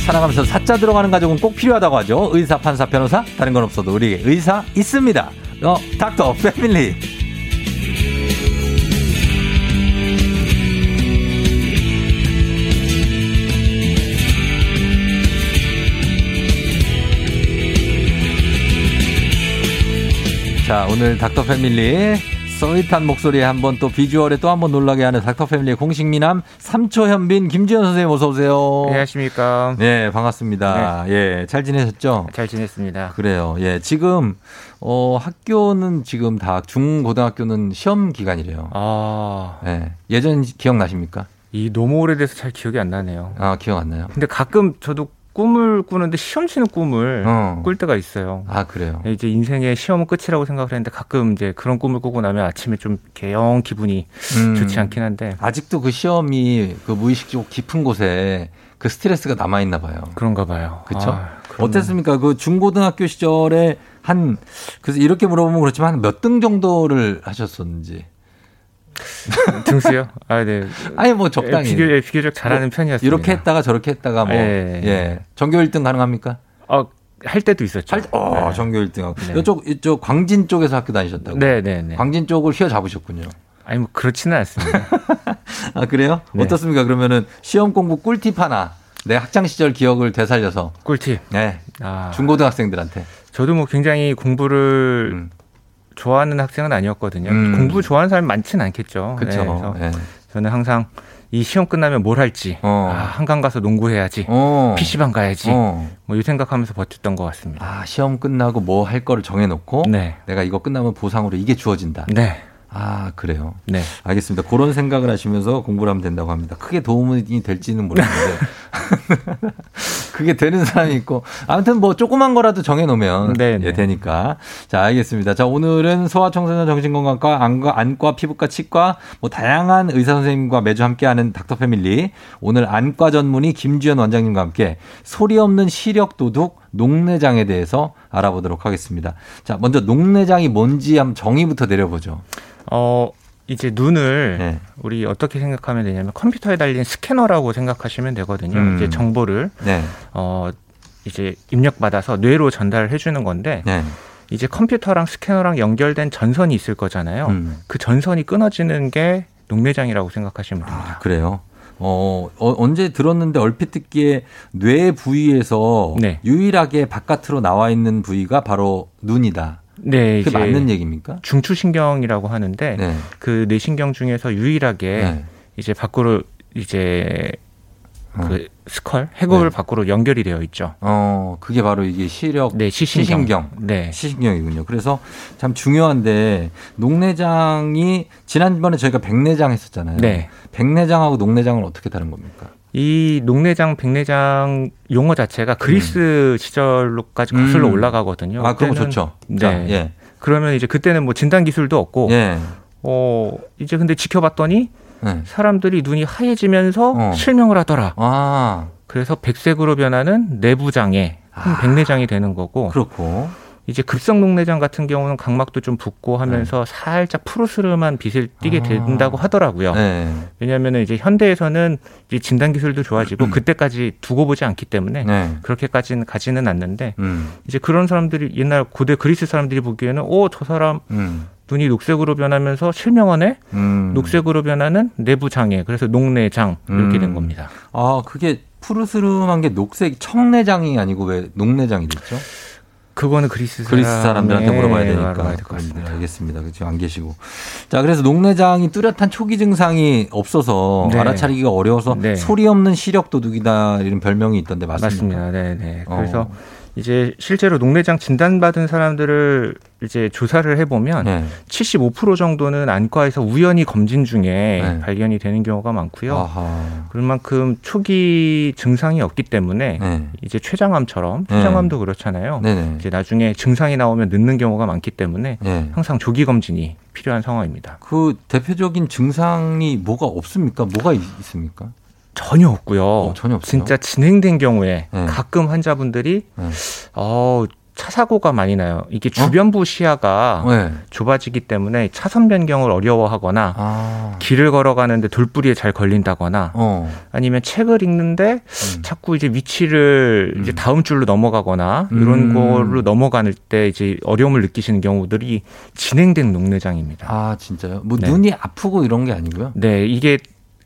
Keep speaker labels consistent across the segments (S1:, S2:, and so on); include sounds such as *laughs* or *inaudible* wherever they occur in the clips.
S1: 살아가면서 사자 들어가는 가족은 꼭 필요하다고 하죠. 의사, 판사, 변호사 다른 건 없어도 우리 의사 있습니다. 어, 닥터 패밀리. 자, 오늘 닥터 패밀리 써릿한 목소리에 한번 또 비주얼에 또 한번 놀라게 하는 닥터 패밀리 공식 미남 삼초현빈 김지현 선생님 어서 오세요.
S2: 네, 안녕하십니까.
S1: 예, 반갑습니다.
S2: 네.
S1: 예, 잘 지내셨죠?
S2: 잘 지냈습니다.
S1: 그래요. 예, 지금 어 학교는 지금 다 중고등학교는 시험 기간이래요.
S2: 아,
S1: 예, 예전 기억나십니까?
S2: 이 너무 오래돼서 잘 기억이 안 나네요.
S1: 아, 기억 안 나요?
S2: 근데 가끔 저도 꿈을 꾸는데 시험 치는 꿈을
S1: 어.
S2: 네. 꿀 때가 있어요.
S1: 아, 그래요.
S2: 이제 인생의 시험은 끝이라고 생각을 했는데 가끔 이제 그런 꿈을 꾸고 나면 아침에 좀 이렇게 영 기분이
S1: 음,
S2: 네, 좋지 않긴 한데
S1: 아직도 그 시험이 그 무의식적 깊은 곳에 그 스트레스가 남아 있나 봐요.
S2: 그런가 봐요.
S1: 그쵸?
S2: 아, 그럼
S1: 어땠습니까? 그 중고등학교 시절에 한 그래서 이렇게 물어보면 그렇지만 한 몇 등 정도를 하셨었는지.
S2: *laughs* 등수요? 아, 네.
S1: 아니 뭐 적당히
S2: 비교, 예, 비교적 잘하는 편이었어요.
S1: 이렇게 했다가 저렇게 했다가 뭐
S2: 예.
S1: 예. 전교 1등 가능합니까?
S2: 아, 할 때도 있었죠.
S1: 할, 어, 전교 1등.
S2: 네.
S1: 이쪽 이쪽 광진 쪽에서 학교 다니셨다고.
S2: 네, 네, 네.
S1: 광진 쪽을 휘어잡으셨군요.
S2: 아니 뭐 그렇지는
S1: *laughs*
S2: 않습니다.
S1: 아 그래요?
S2: 네.
S1: 어떻습니까? 그러면은 시험 공부 꿀팁 하나. 내 학창 시절 기억을 되살려서
S2: 꿀팁.
S1: 네.
S2: 아,
S1: 중고등학생들한테.
S2: 저도 뭐 굉장히 공부를
S1: 음.
S2: 좋아하는 학생은 아니었거든요.
S1: 음.
S2: 공부 좋아하는 사람이 많지는 않겠죠.
S1: 그렇죠.
S2: 네, 그래서
S1: 예.
S2: 저는 항상 이 시험 끝나면 뭘 할지,
S1: 어.
S2: 아, 한강 가서 농구해야지,
S1: 어.
S2: PC방 가야지,
S1: 어.
S2: 뭐 이 생각하면서 버텼던 것 같습니다.
S1: 아, 시험 끝나고 뭐 할 거를 정해놓고
S2: 네.
S1: 내가 이거 끝나면 보상으로 이게 주어진다.
S2: 네,
S1: 아, 그래요.
S2: 네.
S1: 알겠습니다. 그런 생각을 하시면서 공부를 하면 된다고 합니다. 크게 도움이 될지는
S2: *laughs*
S1: 모르겠는데. 그게 되는 사람이 있고. 아무튼 뭐 조그만 거라도 정해놓으면
S2: 네, 네.
S1: 예, 되니까. 자, 알겠습니다. 자, 오늘은 소아청소년 정신건강과 안과, 안과, 피부과, 치과 뭐 다양한 의사 선생님과 매주 함께하는 닥터 패밀리. 오늘 안과 전문의 김주현 원장님과 함께 소리 없는 시력 도둑 녹내장에 대해서 알아보도록 하겠습니다. 자, 먼저 녹내장이 뭔지 한번 정의부터 내려보죠.
S2: 어, 이제 눈을
S1: 네.
S2: 우리 어떻게 생각하면 되냐면 컴퓨터에 달린 스캐너라고 생각하시면 되거든요.
S1: 음.
S2: 이제 정보를
S1: 네.
S2: 어 이제 입력받아서 뇌로 전달을 해주는 건데
S1: 네.
S2: 이제 컴퓨터랑 스캐너랑 연결된 전선이 있을 거잖아요.
S1: 음.
S2: 그 전선이 끊어지는 게 녹내장이라고 생각하시면 됩니다.
S1: 아, 그래요? 어, 어, 언제 들었는데 얼핏 듣기에 뇌 부위에서
S2: 네.
S1: 유일하게 바깥으로 나와 있는 부위가 바로 눈이다.
S2: 네,
S1: 그게
S2: 이제
S1: 맞는 얘기입니까?
S2: 중추신경이라고 하는데
S1: 네.
S2: 그 뇌신경 중에서 유일하게
S1: 네.
S2: 이제 밖으로 이제
S1: 어. 네.
S2: 그 스컬 해골 밖으로 연결이 되어 있죠.
S1: 어, 그게 바로 이게 시력
S2: 네, 시신경.
S1: 시신경.
S2: 네.
S1: 시신경이군요. 그래서 참 중요한데 녹내장이 지난번에 저희가 백내장 했었잖아요.
S2: 네.
S1: 백내장하고 녹내장은 어떻게 다른 겁니까?
S2: 이 녹내장, 백내장 용어 자체가 그리스 시절로까지 거슬러
S1: 음.
S2: 올라가거든요.
S1: 아, 그런 거
S2: 그때는-
S1: 좋죠.
S2: 네.
S1: 자, 예.
S2: 그러면 이제 그때는 뭐 진단 기술도 없고
S1: 예.
S2: 어, 이제 근데 지켜봤더니
S1: 네.
S2: 사람들이 눈이 하얘지면서
S1: 어.
S2: 실명을 하더라.
S1: 아,
S2: 그래서 백색으로 변하는 내부장애,
S1: 아.
S2: 백내장이 되는 거고
S1: 그렇고.
S2: 이제 급성 녹내장 같은 경우는 각막도 좀 붓고 하면서 살짝 푸르스름한 빛을 띠게
S1: 네. 아.
S2: 된다고 하더라고요.
S1: 네.
S2: 왜냐하면 이제 현대에서는 이제 진단 기술도 좋아지고 그때까지 두고 보지 않기 때문에
S1: 음. 네.
S2: 그렇게까지는 가지는 않는데
S1: 음.
S2: 이제 그런 사람들이 옛날 고대 그리스 사람들이 보기에는 오 저 사람
S1: 음.
S2: 눈이 녹색으로 변하면서 실명하네
S1: 음.
S2: 녹색으로 변하는 내부 장애 그래서 녹내장 이렇게
S1: 음.
S2: 된 겁니다.
S1: 아, 그게 푸르스름한 게 녹색 청내장이 아니고 왜 녹내장이 됐죠?
S2: 그거는 그리스
S1: 그리스 사람들한테 물어봐야
S2: 아, 네,
S1: 되니까.
S2: 알아봐야 될것 같습니다.
S1: 음, 알겠습니다. 그 지금 안 계시고. 자, 그래서 녹내장이 뚜렷한 초기 증상이 없어서
S2: 네.
S1: 알아차리기가 어려워서
S2: 네.
S1: 소리 없는 시력 도둑이다 이런 별명이 있던데 맞습니까?
S2: 맞습니다. 네, 네.
S1: 어.
S2: 그래서 이제 실제로 녹내장 진단받은 사람들을 이제 조사를 해보면
S1: 네.
S2: 75% 정도는 안과에서 우연히 검진 중에
S1: 네.
S2: 발견이 되는 경우가 많고요.
S1: 아하.
S2: 그만큼 초기 증상이 없기 때문에
S1: 네.
S2: 이제 췌장암처럼
S1: 네.
S2: 췌장암도 그렇잖아요.
S1: 네네.
S2: 이제 나중에 증상이 나오면 늦는 경우가 많기 때문에
S1: 네.
S2: 항상 조기 검진이 필요한 상황입니다.
S1: 그 대표적인 증상이 뭐가 없습니까? 뭐가 있, 습니까
S2: 전혀
S1: 어.
S2: 없고요.
S1: 전혀 없어요.
S2: 진짜 진행된 경우에
S1: 네.
S2: 가끔 환자분들이
S1: 네.
S2: 어 차 사고가 많이 나요.
S1: 어?
S2: 이게 주변부 시야가
S1: 네.
S2: 좁아지기 때문에 차선 변경을 어려워하거나
S1: 아.
S2: 길을 걸어가는데 돌부리에 잘 걸린다거나
S1: 어.
S2: 아니면 책을 읽는데
S1: 음.
S2: 자꾸 이제 위치를 이제
S1: 음.
S2: 다음 줄로 넘어가거나
S1: 음.
S2: 이런 걸로 넘어가는 때 이제 어려움을 느끼시는 경우들이 진행된 녹내장입니다.
S1: 아, 진짜요? 뭐
S2: 네.
S1: 눈이 아프고 이런 게 아니고요.
S2: 네, 이게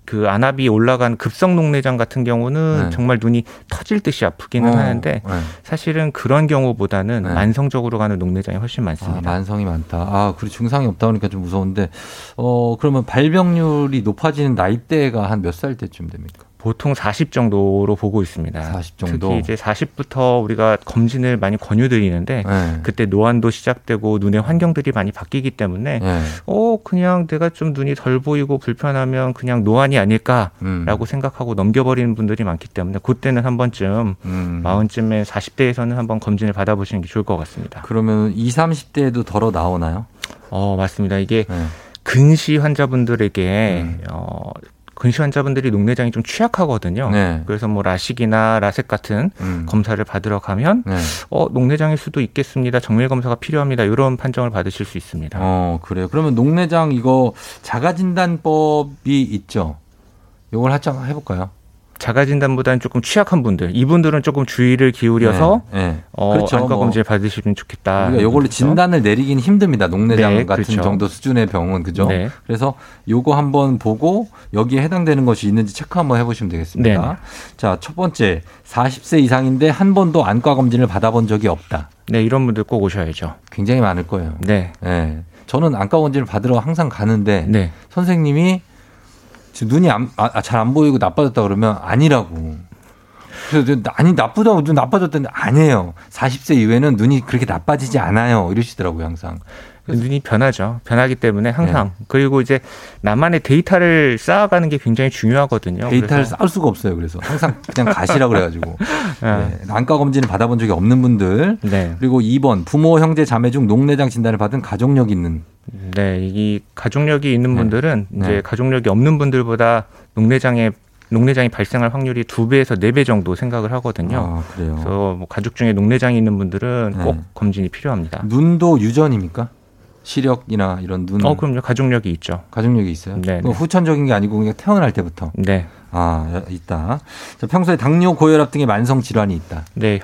S2: 그 안압이 올라간 급성 녹내장 같은 경우는
S1: 네.
S2: 정말 눈이 터질 듯이 아프기는
S1: 어,
S2: 하는데
S1: 네.
S2: 사실은 그런 경우보다는
S1: 네.
S2: 만성적으로 가는 녹내장이 훨씬
S1: 아,
S2: 많습니다.
S1: 만성이 많다. 아, 그리고 증상이 없다 보니까 좀 무서운데, 어, 그러면 발병률이 높아지는 나이대가 한 몇 살 때쯤 됩니까?
S2: 보통 40 정도로 보고 있습니다.
S1: 40 정도?
S2: 특히 이제 40부터 우리가 검진을 많이 권유드리는데
S1: 네.
S2: 그때 노안도 시작되고 눈의 환경들이 많이 바뀌기 때문에
S1: 네.
S2: 어 그냥 내가 좀 눈이 덜 보이고 불편하면 그냥 노안이 아닐까라고
S1: 음.
S2: 생각하고 넘겨버리는 분들이 많기 때문에 그때는 한 번쯤
S1: 음.
S2: 마흔쯤에 40대에서는 한번 검진을 받아보시는 게 좋을 것 같습니다.
S1: 그러면 20, 30대에도 덜어 나오나요?
S2: 어 맞습니다. 이게
S1: 네.
S2: 근시 환자분들에게
S1: 음.
S2: 어 근시 환자분들이 녹내장이 좀 취약하거든요.
S1: 네.
S2: 그래서 뭐 라식이나 라섹 같은
S1: 음.
S2: 그 검사를 받으러 가면
S1: 네.
S2: 어 녹내장일 수도 있겠습니다. 정밀 검사가 필요합니다. 이런 판정을 받으실 수 있습니다.
S1: 어, 그래요. 그러면 녹내장 이거 자가진단법이 있죠? 요걸 한참 해볼까요?
S2: 자가진단보다는 조금 취약한 분들, 이분들은 조금 주의를 기울여서
S1: 네. 네.
S2: 어,
S1: 그렇죠.
S2: 안과
S1: 뭐
S2: 검진을 받으시면 좋겠다.
S1: 우리가 요걸로
S2: 그렇죠?
S1: 진단을 내리긴 힘듭니다. 녹내장
S2: 네,
S1: 같은
S2: 그렇죠.
S1: 정도 수준의 병은 그죠?
S2: 네.
S1: 그래서 요거 한번 보고 여기에 해당되는 것이 있는지 체크 한번 해보시면 되겠습니다.
S2: 네.
S1: 자, 첫 번째 40세 이상인데 한 번도 안과 검진을 받아본 적이 없다.
S2: 네, 이런 분들 꼭 오셔야죠.
S1: 굉장히 많을 거예요.
S2: 네.
S1: 예. 저는 안과 검진을 받으러 항상 가는데
S2: 네.
S1: 선생님이 지금 눈이 잘 안 보이고 나빠졌다 그러면 아니라고. 그래서 저, 아니 나쁘다고 눈 나빠졌다는데 아니에요. 40세 이후에는 눈이 그렇게 나빠지지 않아요. 이러시더라고요 항상.
S2: 눈이 변하죠. 변하기 때문에 항상.
S1: 네.
S2: 그리고 이제 나만의 데이터를 쌓아가는 게 굉장히 중요하거든요.
S1: 데이터를
S2: 그래서-
S1: 쌓을 수가 없어요. 그래서 항상 그냥 가시라
S2: *laughs*
S1: 그래가지고
S2: 아,
S1: 네, 안과 검진을 받아본 적이 없는 분들
S2: 네.
S1: 그리고 2번 부모 형제 자매 중 녹내장 진단을 받은 가족력 있는
S2: 네, 이 가족력이 있는
S1: 네.
S2: 분들은 이제
S1: 네.
S2: 가족력이 없는 분들보다 녹내장에 녹내장이 발생할 확률이 두 배에서 네 배 정도 생각을 하거든요.
S1: 아, 그래요.
S2: 그래서 뭐 가족 중에 녹내장이 있는 분들은
S1: 네.
S2: 꼭 검진이 필요합니다.
S1: 눈도 유전입니까? 시력이나 이런 눈
S2: 어, 그럼요. 가족력이 있죠.
S1: 가족력이 있어요.
S2: 네,
S1: 그건
S2: 네.
S1: 후천적인 게 아니고 그냥 태어날 때부터
S2: 네.
S1: 아 있다. 자, 평소에 당뇨, 고혈압 등의 만성 질환이 있다.
S2: 네,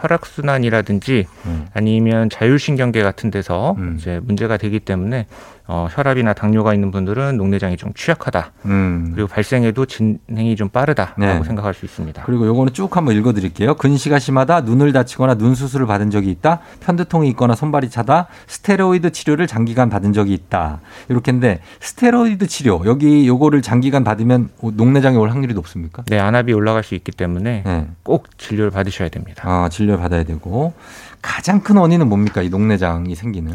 S2: 혈액순환이라든지
S1: 음.
S2: 아니면 자율신경계 같은 데서
S1: 음.
S2: 이제 문제가 되기 때문에 어, 혈압이나 당뇨가 있는 분들은 녹내장이 좀 취약하다.
S1: 음.
S2: 그리고 발생에도 진행이 좀 빠르다라고
S1: 네.
S2: 생각할 수 있습니다.
S1: 그리고 요거는 쭉 한번 읽어드릴게요. 근시가 심하다, 눈을 다치거나 눈 수술을 받은 적이 있다, 편두통이 있거나 손발이 차다, 스테로이드 치료를 장기간 받은 적이 있다. 이렇게인데 스테로이드 치료 여기 요거를 장기간 받으면 녹내장이 올 확률이 높습니까?
S2: 네, 안압이 올라갈 수 있기 때문에
S1: 네.
S2: 꼭 진료를 받으셔야 됩니다.
S1: 아 진료 받아야 되고 가장 큰 원인은 뭡니까 이 녹내장이 생기는?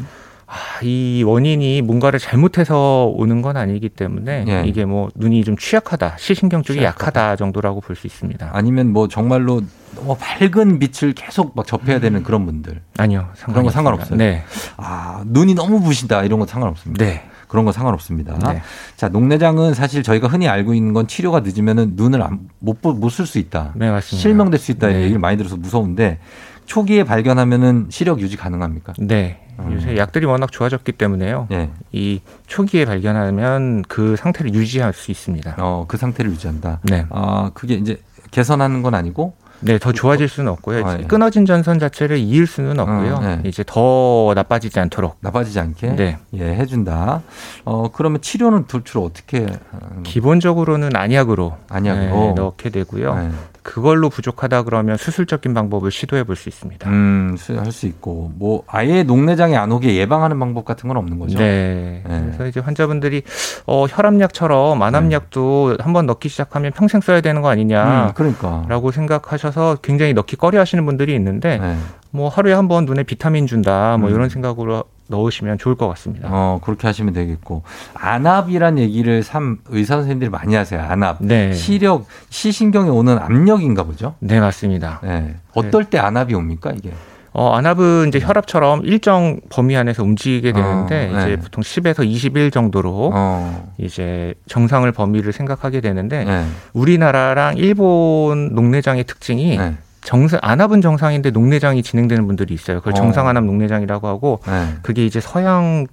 S2: 아, 이 원인이 뭔가를 잘못해서 오는 건 아니기 때문에
S1: 예.
S2: 이게 뭐 눈이 좀 취약하다, 시신경 쪽이
S1: 취약하다.
S2: 약하다 정도라고 볼 수 있습니다.
S1: 아니면 뭐 정말로 너무 밝은 빛을 계속 막 접해야
S2: 음.
S1: 되는 그런 분들.
S2: 아니요,
S1: 그런 거
S2: 상관없습니다.
S1: 상관없어요?
S2: 네,
S1: 아 눈이 너무 부신다 이런 건 상관없습니다.
S2: 네,
S1: 그런 건 상관없습니다.
S2: 네.
S1: 자, 녹내장은 사실 저희가 흔히 알고 있는 건 치료가 늦으면은 눈을 못못쓸 수 있다.
S2: 네 맞습니다.
S1: 실명될 수 있다
S2: 네.
S1: 얘기를 많이 들어서 무서운데 초기에 발견하면은 시력 유지 가능합니까?
S2: 네,
S1: 음.
S2: 요새 약들이 워낙 좋아졌기 때문에요.
S1: 예.
S2: 이 초기에 발견하면 그 상태를 유지할 수 있습니다.
S1: 어, 그 상태를 유지한다.
S2: 네,
S1: 아, 그게 이제 개선하는 건 아니고
S2: 네, 더 좋아질 수는 없고요.
S1: 아,
S2: 이제
S1: 예.
S2: 끊어진 전선 자체를 이을 수는 없고요.
S1: 네.
S2: 이제 더 나빠지지 않도록.
S1: 나빠지지 않게
S2: 네,
S1: 예, 해 준다. 어, 그러면 치료는 도출 어떻게 하는 거-
S2: 기본적으로는 안약으로
S1: 안약으로?
S2: 네, 넣게 되고요.
S1: 예.
S2: 그걸로 부족하다 그러면 수술적인 방법을 시도해 볼 수 있습니다.
S1: 음, 할 수 있고 뭐 아예 녹내장이 안 오게 예방하는 방법 같은 건 없는 거죠.
S2: 네.
S1: 네.
S2: 그래서 이제 환자분들이 어, 혈압약처럼 안압약도 한번 넣기 시작하면 평생 써야 되는 거
S1: 네. 음,
S2: 아니냐라고
S1: 그러니까.
S2: 생각하셔서 굉장히 넣기 꺼려 하시는 분들이 있는데
S1: 예.
S2: 뭐 하루에 한 번 눈에 비타민 준다 뭐
S1: 음.
S2: 이런 생각으로 넣으시면 좋을 것 같습니다.
S1: 어, 그렇게 하시면 되겠고. 안압이란 얘기를 참 의사 선생님들이 많이 하세요. 안압.
S2: 네.
S1: 시력, 시신경에 오는 압력인가 보죠?
S2: 네, 맞습니다.
S1: 네. 어떨 때 안압이 옵니까, 이게?
S2: 어, 안압은 이제 혈압처럼 일정 범위 안에서 움직이게 되는데
S1: 네. 어, 네.
S2: 이제 보통 10에서 21 정도로
S1: 어.
S2: 이제 정상을 범위를 생각하게 되는데
S1: 네.
S2: 우리나라랑 일본 녹내장의 특징이
S1: 네.
S2: 정상 안압은 정상인데 녹내장이 진행되는 분들이 있어요. 그걸
S1: 어.
S2: 정상 안압 녹내장이라고 하고
S1: 네.
S2: 그게 이제 서양하고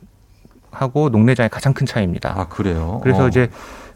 S2: 녹내장의 가장 큰 차이입니다.
S1: 아 그래요.
S2: 그래서
S1: 어.
S2: 이제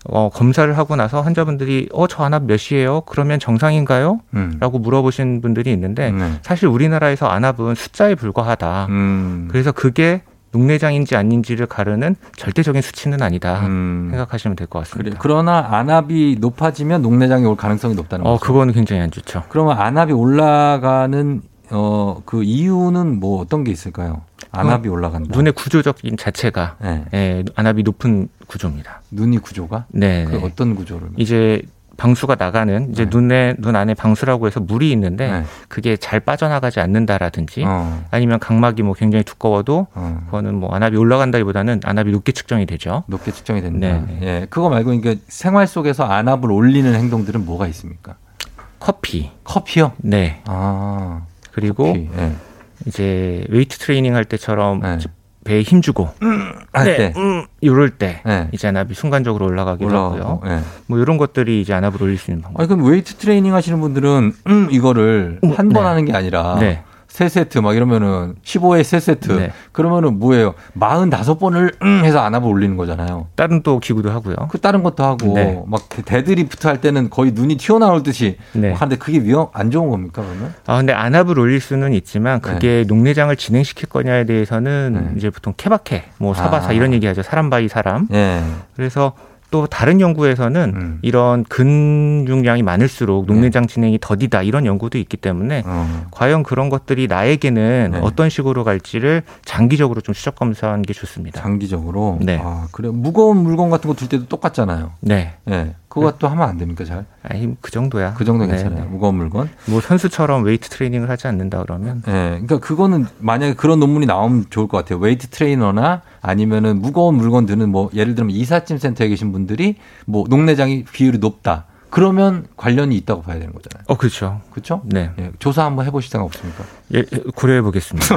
S2: 어, 검사를 하고 나서 환자분들이 어 저 안압 몇이에요? 그러면 정상인가요?
S1: 음.
S2: 라고 물어보신 분들이 있는데
S1: 네.
S2: 사실 우리나라에서 안압은 숫자에 불과하다.
S1: 음.
S2: 아, 그래서 그게 녹내장인지 아닌지를 가르는 절대적인 수치는 아니다.
S1: 음.
S2: 생각하시면 될 것 같습니다.
S1: 그러나 안압이 높아지면 녹내장이 올 가능성이 높다는
S2: 어
S1: 거죠.
S2: 그거는 굉장히 안 좋죠.
S1: 그러면 안압이 올라가는 어 그 이유는 뭐 어떤 게 있을까요? 안압이 올라간다.
S2: 눈의 구조적인 자체가
S1: 네.
S2: 예, 안압이 높은 구조입니다.
S1: 눈이 구조가
S2: 네.
S1: 그 어떤 구조를?
S2: 이제 방수가 나가는 이제
S1: 네.
S2: 눈에 눈 안에 방수라고 해서 물이 있는데
S1: 네.
S2: 그게 잘 빠져나가지 않는다라든지
S1: 어.
S2: 아니면 각막이 뭐 굉장히 두꺼워도
S1: 어.
S2: 그거는 뭐 안압이 올라간다기보다는 안압이 높게 측정이 되죠.
S1: 높게 측정이 된다.
S2: 네.
S1: 예, 그거 말고 이게 생활 속에서 안압을 올리는 행동들은 뭐가 있습니까?
S2: 커피.
S1: 커피요.
S2: 네.
S1: 아,
S2: 그리고
S1: 커피. 예.
S2: 이제 웨이트 트레이닝 할 때처럼
S1: 네. 아,
S2: 배에 힘 주고
S1: 할
S2: 음, 네,
S1: 때.
S2: 음, 이럴 때
S1: 네.
S2: 이제 안압이 순간적으로 올라가기도 하고요.
S1: 올라가고. 예.
S2: 뭐 이런 것들이 이제 안압을 올릴 수 있는 방법.
S1: 아니 그럼 웨이트 트레이닝 하시는 분들은 음, 이거를
S2: 음,
S1: 한 번
S2: 네.
S1: 하는 게 아니라
S2: 네.
S1: 세세트막 이러면은 15에 세세트
S2: 네.
S1: 그러면은 뭐예요? 45번을 음 해서 안압을 올리는 거잖아요.
S2: 다른 또 기구도 하고요.
S1: 그 다른 것도 하고
S2: 네.
S1: 막 데드리프트 할 때는 거의 눈이 튀어나올 듯이
S2: 네.
S1: 막 하는데 그게 위험 안 좋은 겁니까 그러면?
S2: 아 근데 안압을 올릴 수는 있지만 그게 녹내장을 진행시킬 거냐에 대해서는
S1: 네.
S2: 이제 보통 케바케, 뭐 사바사
S1: 아.
S2: 이런 얘기하죠. 사람 바이 사람.
S1: 예.
S2: 그래서 또 다른 연구에서는
S1: 음. 네.
S2: 이런 근육량이 많을수록 녹내장 진행이 더디다 이런 연구도 있기 때문에
S1: 어.
S2: 과연 그런 것들이 나에게는
S1: 네.
S2: 어떤 식으로 갈지를 장기적으로 좀 추적 검사하는 게 좋습니다.
S1: 장기적으로.
S2: 네.
S1: 아, 그래. 무거운 물건 같은 거 둘 때도 똑같잖아요.
S2: 네.
S1: 예. 그거 또 하면 안 됩니까, 잘?
S2: 아니 그 정도야.
S1: 그 정도
S2: 네,
S1: 괜찮아요.
S2: 네.
S1: 무거운 물건.
S2: 뭐 선수처럼 웨이트 트레이닝을 하지 않는다 그러면
S1: 예. 그러니까 그거는 만약에 그런 논문이 나오면 좋을 것 같아요. 웨이트 트레이너나 아니면은 무거운 물건 드는 뭐 예를 들면 이삿짐 센터에 계신 분들이 뭐 녹내장이 비율이 높다. 그러면 관련이 있다고 봐야 되는 거잖아요.
S2: 어 그렇죠.
S1: 그렇죠?
S2: 네.
S1: 예. 조사 한번 해보실 생각 없습니까?
S2: 예,
S1: *laughs*
S2: 고려해 보겠습니다.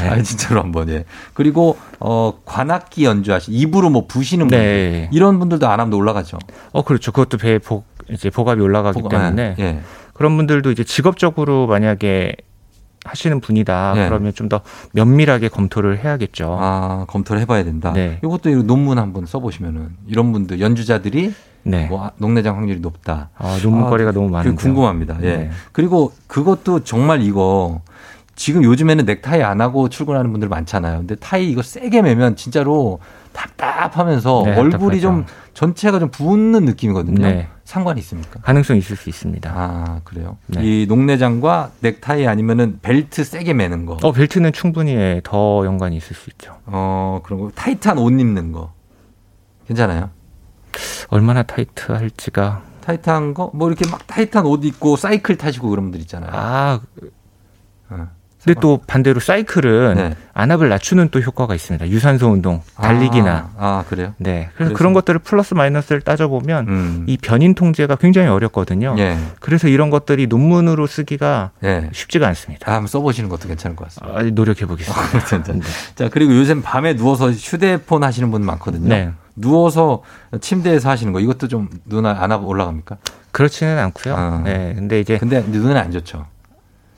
S2: 네.
S1: 아니 진짜로 한번 예. 그리고 어 관악기 연주하시 입으로 뭐 부시는 분들
S2: 네.
S1: 이런 분들도 안 하면 올라가죠.
S2: 어 그렇죠. 그것도 배에 복 이제 복압이 올라가기
S1: 혹은,
S2: 때문에
S1: 예.
S2: 그런 분들도 이제 직업적으로 만약에 하시는 분이다
S1: 네.
S2: 그러면 좀 더 면밀하게 검토를 해야겠죠.
S1: 아 검토를 해봐야 된다.
S2: 어. 네.
S1: 이것도 이 논문 한번 써보시면은 이런 분들 연주자들이
S2: 네.
S1: 뭐 아, 녹내장 확률이 높다.
S2: 아, 논문거리가 너무 많은데.
S1: 그게 궁금합니다. 예.
S2: 네.
S1: 그리고 그것도 정말 이거 지금 요즘에는 넥타이 안 하고 출근하는 분들 많잖아요. 근데 타이 이거 세게 매면 진짜로 답답하면서
S2: 네,
S1: 얼굴이
S2: 답답하죠.
S1: 좀 전체가 좀 부은 느낌이거든요.
S2: 네.
S1: 상관이 있습니까?
S2: 가능성 이 있을 수 있습니다.
S1: 아 그래요.
S2: 네.
S1: 이 녹내장과 넥타이 아니면은 벨트 세게 매는 거.
S2: 어 벨트는 충분히 예, 더 연관이 있을 수 있죠.
S1: 어 그런 거 타이트한 옷 입는 거 괜찮아요?
S2: 얼마나 타이트할지가
S1: 타이트한 거 뭐 이렇게 막 타이트한 옷 입고 사이클 타시고 그런 분들 있잖아요.
S2: 아
S1: 어.
S2: 근데 또 반대로 사이클은
S1: 네.
S2: 안압을 낮추는 또 효과가 있습니다. 유산소 운동, 달리기나
S1: 아, 아, 그래요?
S2: 네 그래서
S1: 그래서-
S2: 그런 것들을 플러스 마이너스를 따져 보면
S1: 음.
S2: 이 변인 통제가 굉장히 어렵거든요.
S1: 예,
S2: 그래서 이런 것들이 논문으로 쓰기가
S1: 예.
S2: 쉽지가 않습니다.
S1: 다음 써보시는 것도 괜찮을 것 같습니다.
S2: 아, 노력해 보겠습니다.
S1: 괜찮다. 자 그리고 요즘 밤에 누워서 휴대폰 하시는 분 많거든요.
S2: 네.
S1: 누워서 침대에서 하시는 거 이것도 좀 눈에 안 하고 올라갑니까?
S2: 그렇지는 않고요.
S1: 아.
S2: 네, 근데 이제
S1: 근데 눈에 안 좋죠.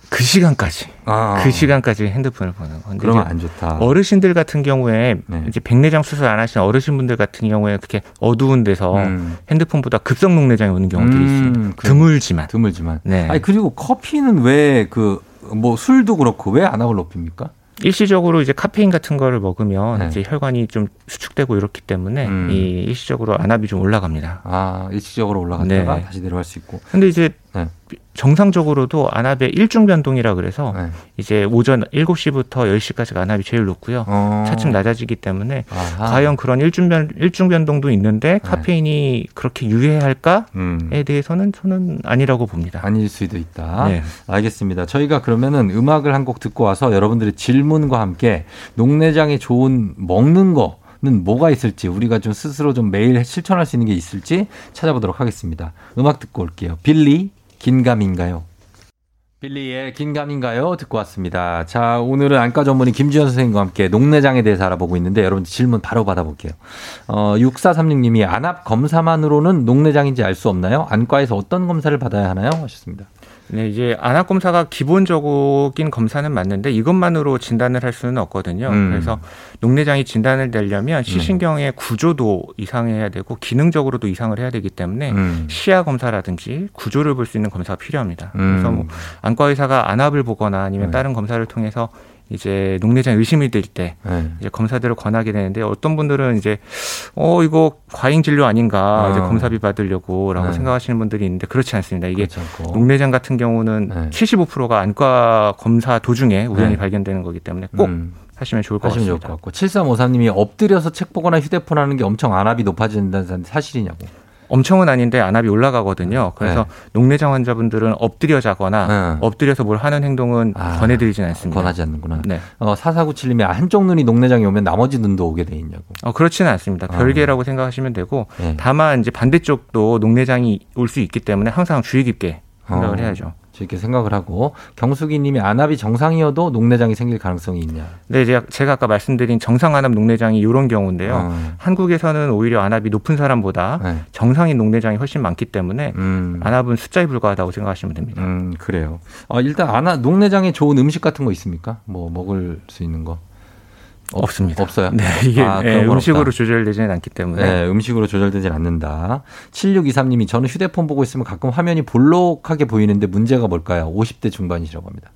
S2: 그 시간까지
S1: 아,
S2: 그 시간까지 핸드폰을 보는 건
S1: 그러면 안 좋다.
S2: 어르신들 같은 경우에
S1: 네.
S2: 이제 백내장 수술 안 하신 어르신분들 같은 경우에 그렇게 어두운 데서
S1: 음.
S2: 핸드폰보다 급성 녹내장이 오는 경우들이
S1: 음,
S2: 있습니다.
S1: 그래요.
S2: 드물지만
S1: 드물지만.
S2: 네.
S1: 아니 그리고 커피는 왜 그 뭐 술도 그렇고 왜 안압을 높입니까?
S2: 일시적으로 이제 카페인 같은 거를 먹으면
S1: 네.
S2: 이제 혈관이 좀 수축되고 이렇기 때문에
S1: 음.
S2: 이 일시적으로 안압이 좀 올라갑니다.
S1: 아 일시적으로 올라갔다가
S2: 네.
S1: 다시 내려갈 수 있고.
S2: 근데 이제
S1: 네.
S2: 정상적으로도 안압의 일중 변동이라 그래서
S1: 네.
S2: 이제 오전 7시부터 10시까지가 안압이 제일 높고요.
S1: 어.
S2: 차츰 낮아지기 때문에
S1: 아하. 네.
S2: 과연 그런 일중 변 일중 변동도 있는데 카페인이 그렇게 유해할까에
S1: 음.
S2: 대해서는 저는 아니라고 봅니다.
S1: 아닐 수도 있다.
S2: 네.
S1: 알겠습니다. 저희가 그러면은 음악을 한 곡 듣고 와서 여러분들의 질문과 함께 녹내장에 좋은 먹는 거는 뭐가 있을지 우리가 좀 스스로 좀 매일 실천할 수 있는 게 있을지 찾아보도록 하겠습니다. 음악 듣고 올게요. 빌리 긴감인가요? 빌리의 긴감인가요? 듣고 왔습니다. 자, 오늘은 안과 전문의 김지현 선생님과 함께 녹내장에 대해서 알아보고 있는데 여러분 질문 바로 받아볼게요. 어, 6436님이 안압 검사만으로는 녹내장인지 알 수 없나요? 안과에서 어떤 검사를 받아야 하나요? 하셨습니다.
S2: 네, 이제 안압 검사가 기본적인 검사는 맞는데 이것만으로 진단을 할 수는 없거든요.
S1: 음.
S2: 그래서 녹내장이 진단을 내려면 시신경의 구조도 이상해야 되고 기능적으로도 이상을 해야 되기 때문에
S1: 음.
S2: 시야 검사라든지 구조를 볼 수 있는 검사가 필요합니다.
S1: 음.
S2: 그래서 뭐 안과 의사가 안압을 보거나 아니면
S1: 네.
S2: 다른 검사를 통해서 이제 녹내장 의심이 들 때
S1: 네.
S2: 이제 검사들을 권하게 되는데 어떤 분들은 이제 어 이거 과잉 진료 아닌가 이제
S1: 어.
S2: 검사비 받으려고라고
S1: 네.
S2: 생각하시는 분들이 있는데 그렇지 않습니다. 이게
S1: 그렇지 않고.
S2: 녹내장 같은 경우는
S1: 네.
S2: 75%가 안과 검사 도중에 우연히
S1: 네.
S2: 발견되는 거기 때문에 꼭
S1: 음,
S2: 하시면 좋을 것
S1: 하시면
S2: 같습니다.
S1: 좋을 것 같고 7353님이 엎드려서 책 보거나 휴대폰 하는 게 엄청 안압이 높아진다는 사실 사실이냐고.
S2: 네. 엄청은 아닌데 안압이 올라가거든요. 그래서 녹내장 환자분들은 엎드려 자거나
S1: 네.
S2: 음. 엎드려서 뭘 하는 행동은
S1: 아,
S2: 권해드리진 않습니다.
S1: 권하지 않는구나.
S2: 네.
S1: 어, 4497님이 한쪽 눈이 녹내장이 오면 나머지 눈도 오게 돼 있냐고.
S2: 어, 그렇지는 않습니다.
S1: 아.
S2: 별개라고 생각하시면 되고
S1: 네.
S2: 다만 이제 반대쪽도 녹내장이 올 수 있기 때문에 항상 주의 깊게 생각을
S1: 어.
S2: 해야죠.
S1: 이렇게 생각을 하고 경숙이님이 안압이 정상이어도 녹내장이 생길 가능성이 있냐.
S2: 네, 제가, 제가 아까 말씀드린 정상 안압 녹내장이 이런 경우인데요. 아?
S1: 어,
S2: 한국에서는 오히려 안압이 높은 사람보다
S1: 네.
S2: 정상인 녹내장이 훨씬 많기 때문에
S1: 음.
S2: 안압은 숫자에 불과하다고 생각하시면 됩니다.
S1: 음, 그래요. 어, 일단 안압 녹내장에 좋은 음식 같은 거 있습니까? 뭐 먹을 수 있는 거
S2: 없습니다.
S1: 없어요?
S2: 네, 이게
S1: 아, 그런
S2: 예,
S1: 건
S2: 음식으로
S1: 없다.
S2: 조절되지는 않기
S1: 네.
S2: 때문에
S1: 음식으로 조절되진 않는다. 7623님이 저는 휴대폰 보고 있으면 가끔 화면이 볼록하게 보이는데 문제가 뭘까요? 50대 중반이시라고 합니다.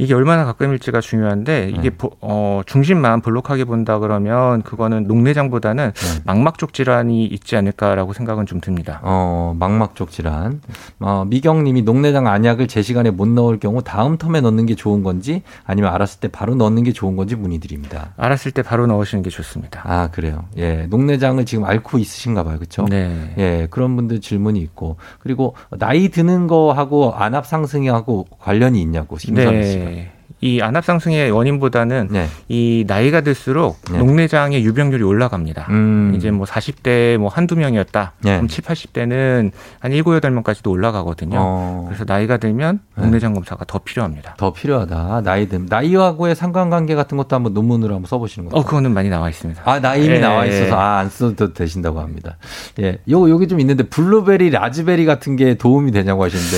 S2: 이게 얼마나 가끔일지가 중요한데
S1: 네.
S2: 이게 보- 어, 중심만 볼록하게 본다 그러면 그거는 녹내장보다는
S1: 네.
S2: 망막 쪽 질환이 있지 않을까라고 생각은 좀 듭니다.
S1: 어, 망막 쪽 질환. 어, 미경님이 녹내장 안약을 제 시간에 못 넣을 경우 다음 텀에 넣는 게 좋은 건지 아니면 알았을 때 바로 넣는 게 좋은 건지 문의드립니다.
S2: 알았을 때 바로 넣으시는 게 좋습니다.
S1: 아, 그래요. 예. 녹내장을 지금 앓고 있으신가 봐요. 그렇죠?
S2: 네.
S1: 예, 그런 분들 질문이 있고 그리고 나이 드는 거하고 안압 상승하고 관련이 있냐고 김선희 씨가.
S2: 네. 이 안압 상승의 원인보다는
S1: 네.
S2: 이 나이가 들수록
S1: 네.
S2: 녹내장의 유병률이 올라갑니다.
S1: 음.
S2: 이제 뭐 40대 뭐 한두 명이었다.
S1: 네.
S2: 그럼 7, 80대는 한 7, 8명까지도 올라가거든요.
S1: 어,
S2: 그래서 나이가 들면
S1: 네.
S2: 녹내장 검사가 더 필요합니다.
S1: 더 필요하다. 나이 든 나이하고의 상관관계 같은 것도 한번 논문으로 한번 써보시는 것도.
S2: 어, 그거는 많이 나와 있습니다.
S1: 아, 나 이미
S2: 예,
S1: 나와
S2: 예.
S1: 있어서 아, 안 써도 되신다고 합니다. 예. 요 여기 좀 있는데 블루베리, 라즈베리 같은 게 도움이 되냐고 하시는데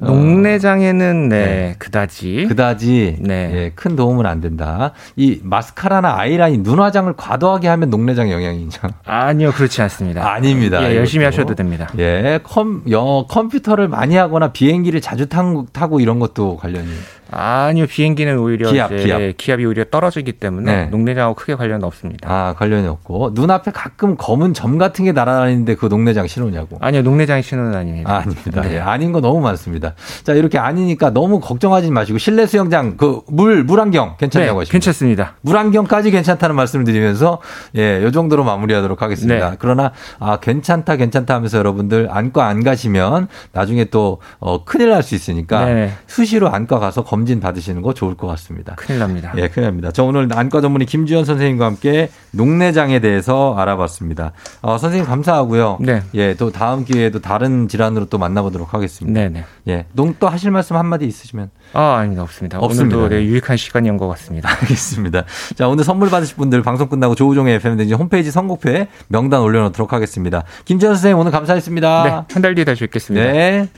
S1: 어,
S2: 녹내장에는 네, 그다지
S1: 그다지
S2: 네.
S1: 예, 큰 도움은 안 된다. 이 마스카라나 아이라인 눈 화장을 과도하게 하면 녹내장 영향이 있냐?
S2: 아니요 그렇지
S1: *laughs*
S2: 않습니다.
S1: 아닙니다.
S2: 예, 열심히
S1: 이것도.
S2: 하셔도 됩니다.
S1: 예, 컴, 여, 컴퓨터를 많이 하거나 비행기를 자주 탄- 타고 이런 것도 관련이.
S2: 아니요 비행기는 오히려
S1: 기압,
S2: 이제
S1: 기압.
S2: 기압이 오히려 떨어지기 때문에
S1: 네.
S2: 녹내장하고 크게 관련 없습니다.
S1: 아, 관련이 없고. 눈앞에 가끔 검은 점 같은 게 날아다니는데 그거 녹내장 신호냐고.
S2: 아니요 녹내장의 신호는 아닙니다.
S1: 아, 닙니다
S2: 네.
S1: 아닌 거 너무 많습니다. 자, 이렇게 아니니까 너무 걱정하지 마시고 실내 수영장 그 물, 물안경 괜찮냐고
S2: 네,
S1: 하십니다.
S2: 괜찮습니다.
S1: 물안경까지 괜찮다는 말씀을 드리면서 예, 요 정도로 마무리하도록 하겠습니다.
S2: 네.
S1: 그러나 아, 괜찮다 괜찮다 하면서 여러분들 안과 안 가시면 나중에 또 어, 큰일 날 수 있으니까
S2: 네.
S1: 수시로 안과 가서 검진 받으시는 거 좋을 것 같습니다.
S2: 큰일 납니다.
S1: 예, 큰일 납니다. 저 오늘 안과 전문의 김지현 선생님과 함께 녹내장에 대해서 알아봤습니다. 어, 선생님 감사하고요.
S2: 네.
S1: 예, 또 다음 기회에도 다른 질환으로 또 만나보도록 하겠습니다.
S2: 네네.
S1: 예, 농 또 하실 말씀 한마디 있으시면 *laughs*
S2: 아 아닙니다 없습니다.
S1: 없습니다.
S2: 오늘도 네, 유익한 시간이온 것 같습니다.
S1: 알겠습니다. 자, 오늘 선물 받으실 분들 방송 끝나고 조우종의 FM 등 홈페이지 선곡표에 명단 올려놓도록 하겠습니다. 김지현 선생님 오늘 감사했습니다.
S2: 네 한 달 뒤에 다시 뵙겠습니다.
S1: 네.